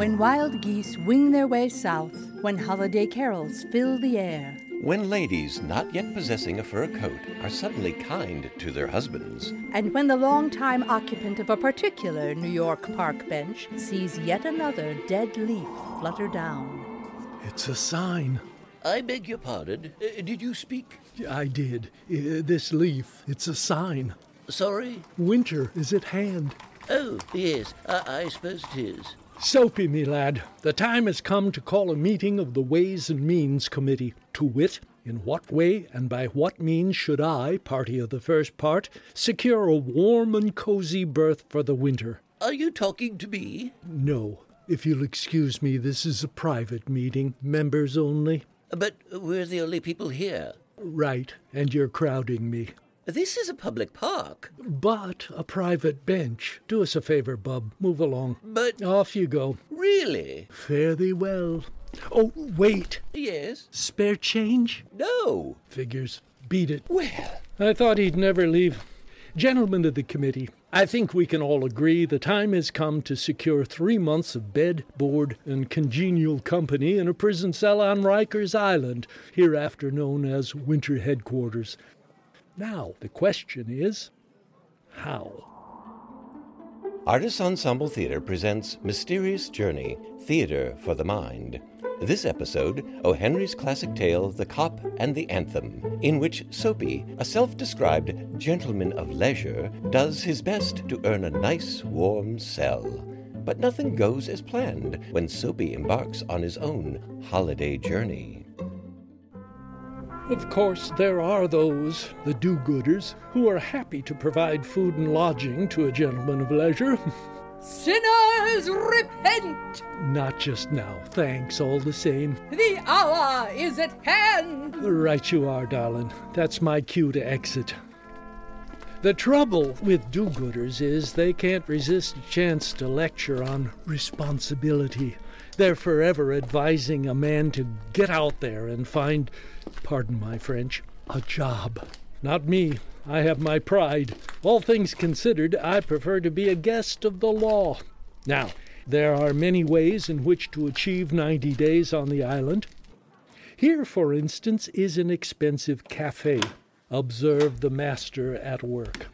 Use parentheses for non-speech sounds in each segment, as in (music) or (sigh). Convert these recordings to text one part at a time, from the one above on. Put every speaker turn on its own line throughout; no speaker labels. When wild geese wing their way south, when holiday carols fill the air,
When ladies not yet possessing a fur coat are suddenly kind to their husbands.
and when the longtime occupant of a particular New York park bench sees yet another dead leaf flutter down.
It's a sign.
I beg your pardon. Uh, did you speak?
I did. I- This leaf, it's a sign.
Sorry?
Winter is at hand.
Oh, yes, I, I suppose it is.
Soapy, me lad, the time has come to call a meeting of the Ways and Means Committee. To wit, in what way and by what means should I, party of the first part, secure a warm and cozy berth for the winter?
Are you talking to me?
No. If you'll excuse me, this is a private meeting, members only.
But we're the only people here.
Right, and you're crowding me.
This is a public park.
But a private bench. Do us a favor, bub. Move along.
But
Off you go.
really?
Fare thee well. Oh, wait.
Yes?
Spare change?
No.
Figures. Beat it.
Well,
I thought he'd never leave. Gentlemen of the committee, I think we can all agree the time has come to secure three months of bed, board, and congenial company in a prison cell on Rikers Island, hereafter known as Winter Headquarters. Now, the question is how?
Artists Ensemble Theater presents Mysterious Journey Theater for the Mind. This episode, O. Henry's classic tale, The Cop and the Anthem, in which Soapy, a self described gentleman of leisure, does his best to earn a nice warm cell. But nothing goes as planned when Soapy embarks on his own holiday journey.
Of course, there are those, the do gooders, who are happy to provide food and lodging to a gentleman of leisure. (laughs)
Sinners, repent!
Not just now, thanks all the same.
The hour is at hand!
Right you are, darling. That's my cue to exit. The trouble with do gooders is they can't resist a chance to lecture on responsibility. They're forever advising a man to get out there and find, pardon my French, a job. Not me. I have my pride. All things considered, I prefer to be a guest of the law. Now, there are many ways in which to achieve 90 days on the island. Here, for instance, is an expensive cafe. Observe the master at work.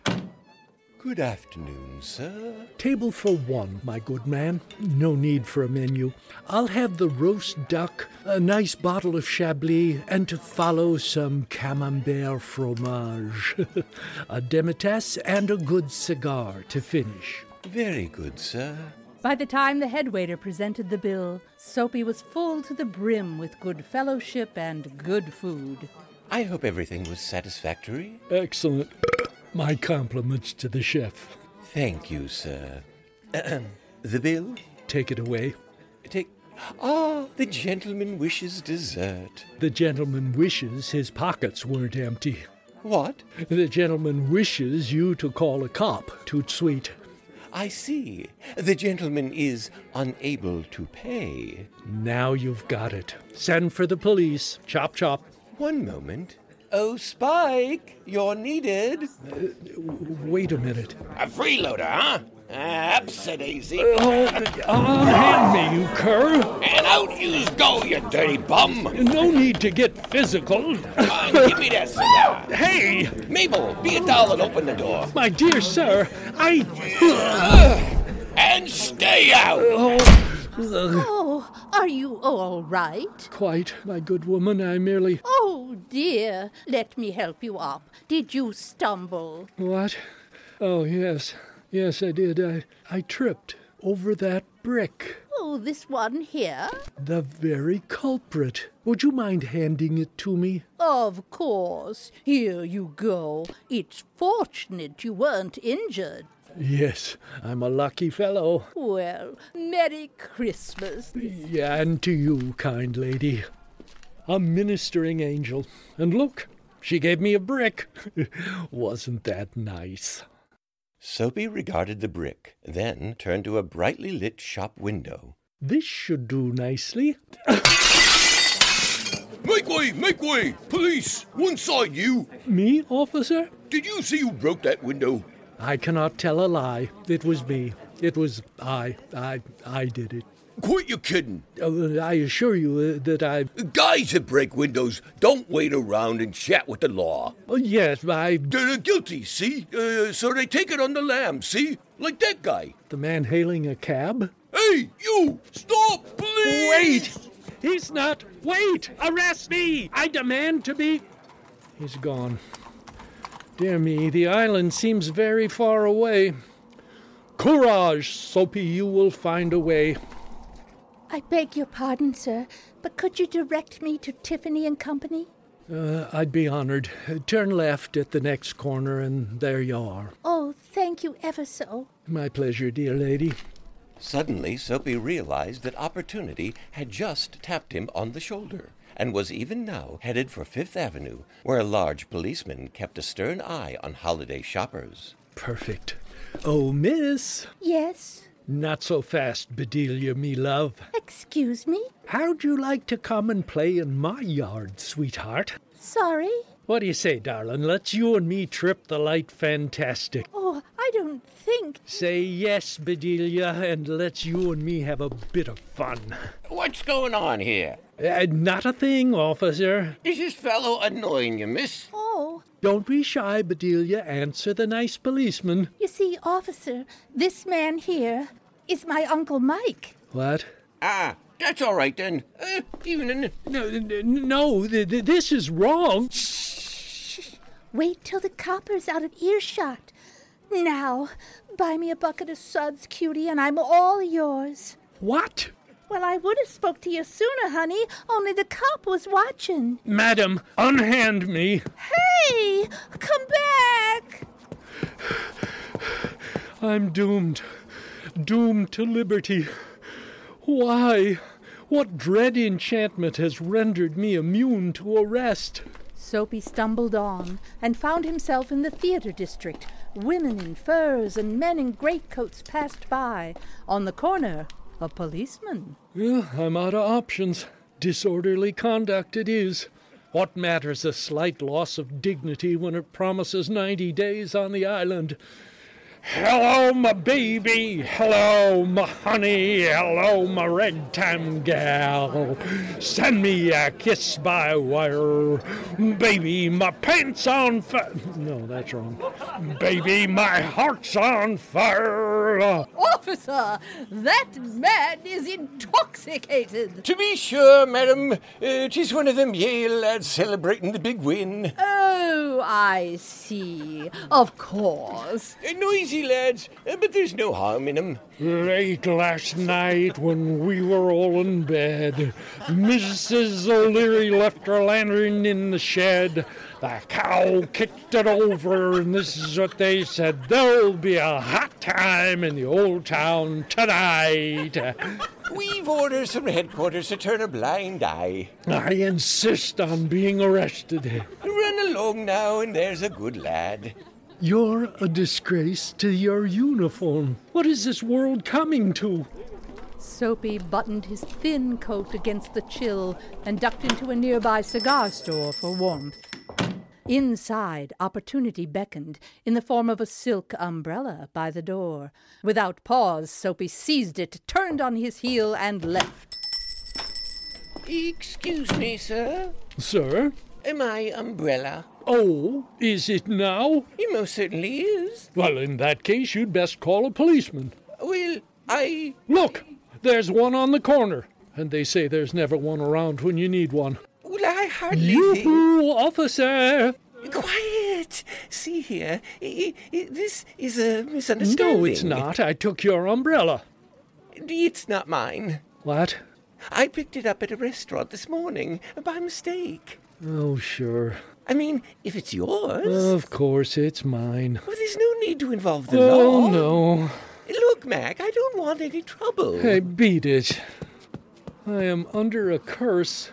Good afternoon, sir.
Table for one, my good man. No need for a menu. I'll have the roast duck, a nice bottle of Chablis, and to follow some camembert fromage, (laughs) a demitasse, and a good cigar to finish.
Very good, sir.
By the time the head waiter presented the bill, Soapy was full to the brim with good fellowship and good food.
I hope everything was satisfactory.
Excellent. My compliments to the chef.
Thank you, sir. (clears throat) the bill?
Take it away.
Take. Ah, the gentleman wishes dessert.
The gentleman wishes his pockets weren't empty.
What?
The gentleman wishes you to call a cop, Toot Sweet.
I see. The gentleman is unable to pay.
Now you've got it. Send for the police. Chop chop.
One moment. Oh, Spike, you're needed.
Wait a minute.
A freeloader, huh? Upset easy.
Oh, unhand me, you cur.
And out you go, you dirty bum.
No need to get physical.
give me that cigar.
hey,
Mabel, be a doll and open the door.
my dear sir, I.
And stay out.
Oh,
Oh, are you all right?
quite, my good woman. I merely.
Oh dear, let me help you up. Did you stumble?
What? Oh, yes. Yes, I did. I, I tripped over that brick.
Oh, this one here?
The very culprit. Would you mind handing it to me?
Of course. Here you go. It's fortunate you weren't injured.
Yes, I'm a lucky fellow.
Well, Merry Christmas.
Yeah, and to you, kind lady. A ministering angel. And look, she gave me a brick. (laughs) Wasn't that nice?
Soapy regarded the brick, then turned to a brightly lit shop window.
This should do nicely.
Make way! Make way! Police! One side, you!
Me, officer?
Did you see who broke that window?
I cannot tell a lie. It was me. It was I. I I did it.
Quit your kidding.
Uh, I assure you uh, that I.
Guys that break windows don't wait around and chat with the law.
Oh, yes, I.
They're guilty, see? Uh, so they take it on the lamb, see? Like that guy.
The man hailing a cab?
Hey, you! Stop, please!
Wait! He's not. Wait! Arrest me! I demand to be. He's gone. Dear me, the island seems very far away. Courage, Soapy, you will find a way.
I beg your pardon, sir, but could you direct me to Tiffany and Company?
Uh, I'd be honored. Uh, Turn left at the next corner, and there you are.
Oh, thank you ever so.
My pleasure, dear lady.
Suddenly, Soapy realized that opportunity had just tapped him on the shoulder and was even now headed for Fifth Avenue, where a large policeman kept a stern eye on holiday shoppers.
Perfect. Oh, miss.
Yes,
Not so fast, Bedelia, me love.
excuse me.
How'd you like to come and play in my yard, sweetheart?
Sorry.
What do you say, darling? Let's you and me trip the light fantastic.
Oh, I don't think.
Say yes, Bedelia, and let's you and me have a bit of fun.
What's going on here?
Uh, not a thing, officer.
Is this fellow annoying you, miss?
Oh,
Don't be shy, Bedelia. Answer the nice policeman.
you see, officer, this man here is my Uncle Mike.
What?
Ah, that's all right then. Uh, even in.
No, n- n- no, th- th- this is wrong.
Wait till the copper's out of earshot. Now, buy me a bucket of suds, cutie, and I'm all yours.
What?
Well, I would have spoke to you sooner, honey, only the cop was watching.
Madam, unhand me.
Hey, come back!
I'm doomed, doomed to liberty. Why? What dread enchantment has rendered me immune to arrest?
Soapy stumbled on and found himself in the theater district. Women in furs and men in greatcoats passed by. On the corner, a policeman.
Well, I'm out of options. Disorderly conduct it is. What matters a slight loss of dignity when it promises 90 days on the island? Hello, my baby. Hello, my honey. Hello, my red time gal. Send me a kiss by wire. Baby, my pants on fire. No, that's wrong. Baby, my heart's on fire.
Officer, that man is intoxicated.
To be sure, madam, uh, it is one of them Yale lads celebrating the big win.
Oh, I see. Of course.
They're Uh, noisy lads, uh, but there's no harm in 'em.
Late last night, when we were all in bed, Mrs. O'Leary left her lantern in the shed. The cow kicked it over, and this is what they said There'll be a hot time in the old town tonight.
We've orders from headquarters to turn a blind eye.
I insist on being arrested.
Run along now, and there's a good lad.
You're a disgrace to your uniform. What is this world coming to?
Soapy buttoned his thin coat against the chill and ducked into a nearby cigar store for warmth. Inside, opportunity beckoned in the form of a silk umbrella by the door. Without pause, Soapy seized it, turned on his heel, and left.
Excuse me, sir.
Sir?
My umbrella.
Oh, is it now?
It most certainly is.
Well, in that case, you'd best call a policeman.
Well, I.
Look, there's one on the corner. And they say there's never one around when you need one.
Well, I hardly. think-
Yoo-hoo, officer!
Quiet! See here. I- I- I- this is a misunderstanding.
No, it's not. I took your umbrella.
It's not mine.
What?
I picked it up at a restaurant this morning by mistake.
Oh, sure.
I mean, if it's yours,
Of course, it's mine.
well, there's no need to involve the
Oh,
law.
no.
Look, Mac, I don't want any trouble.
Hey, beat it. I am under a curse.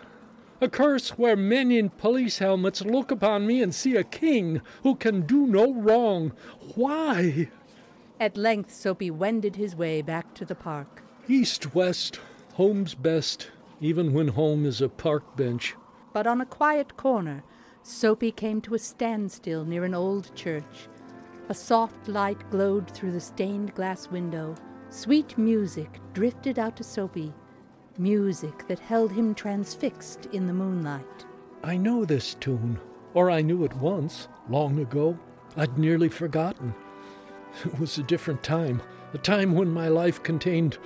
A curse where men in police helmets look upon me and see a king who can do no wrong. Why?
At length, Soapy wended his way back to the park.
East, west, home's best, even when home is a park bench.
But on a quiet corner, Soapy came to a standstill near an old church. A soft light glowed through the stained glass window. Sweet music drifted out to Soapy, music that held him transfixed in the moonlight.
I know this tune, or I knew it once, long ago. I'd nearly forgotten. It was a different time, a time when my life contained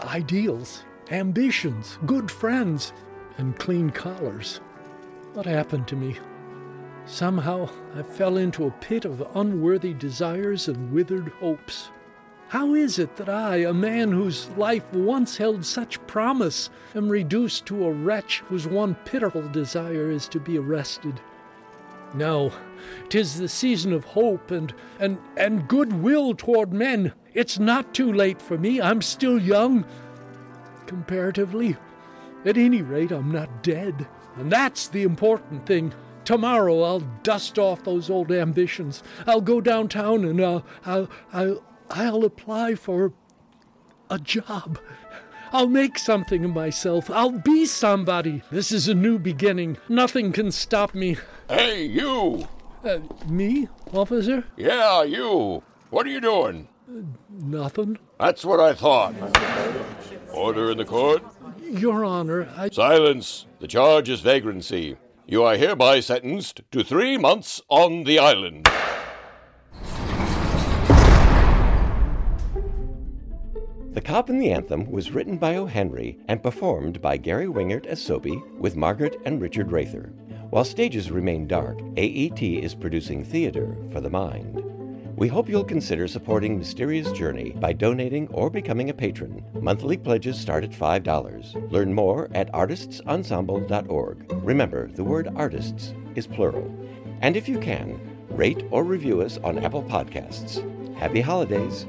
ideals, ambitions, good friends, and clean collars. What happened to me? Somehow I fell into a pit of unworthy desires and withered hopes. How is it that I, a man whose life once held such promise, am reduced to a wretch whose one pitiful desire is to be arrested? No, 'tis the season of hope and, and, and goodwill toward men. It's not too late for me. I'm still young. Comparatively, at any rate, I'm not dead. And that's the important thing. Tomorrow I'll dust off those old ambitions. I'll go downtown and I'll, I'll, I'll, I'll apply for a job. I'll make something of myself. I'll be somebody. This is a new beginning. Nothing can stop me.
Hey, you!
Uh, me, officer?
Yeah, you! What are you doing?
Nothing.
That's what I thought. Order in the court?
Your Honor, I.
Silence! The charge is vagrancy. You are hereby sentenced to three months on the island.
The Cop and the Anthem was written by O. Henry and performed by Gary Wingert as Soapy with Margaret and Richard Rather. While stages remain dark, AET is producing theater for the mind. We hope you'll consider supporting Mysterious Journey by donating or becoming a patron. Monthly pledges start at $5. Learn more at artistsensemble.org. Remember, the word artists is plural. And if you can, rate or review us on Apple Podcasts. Happy Holidays!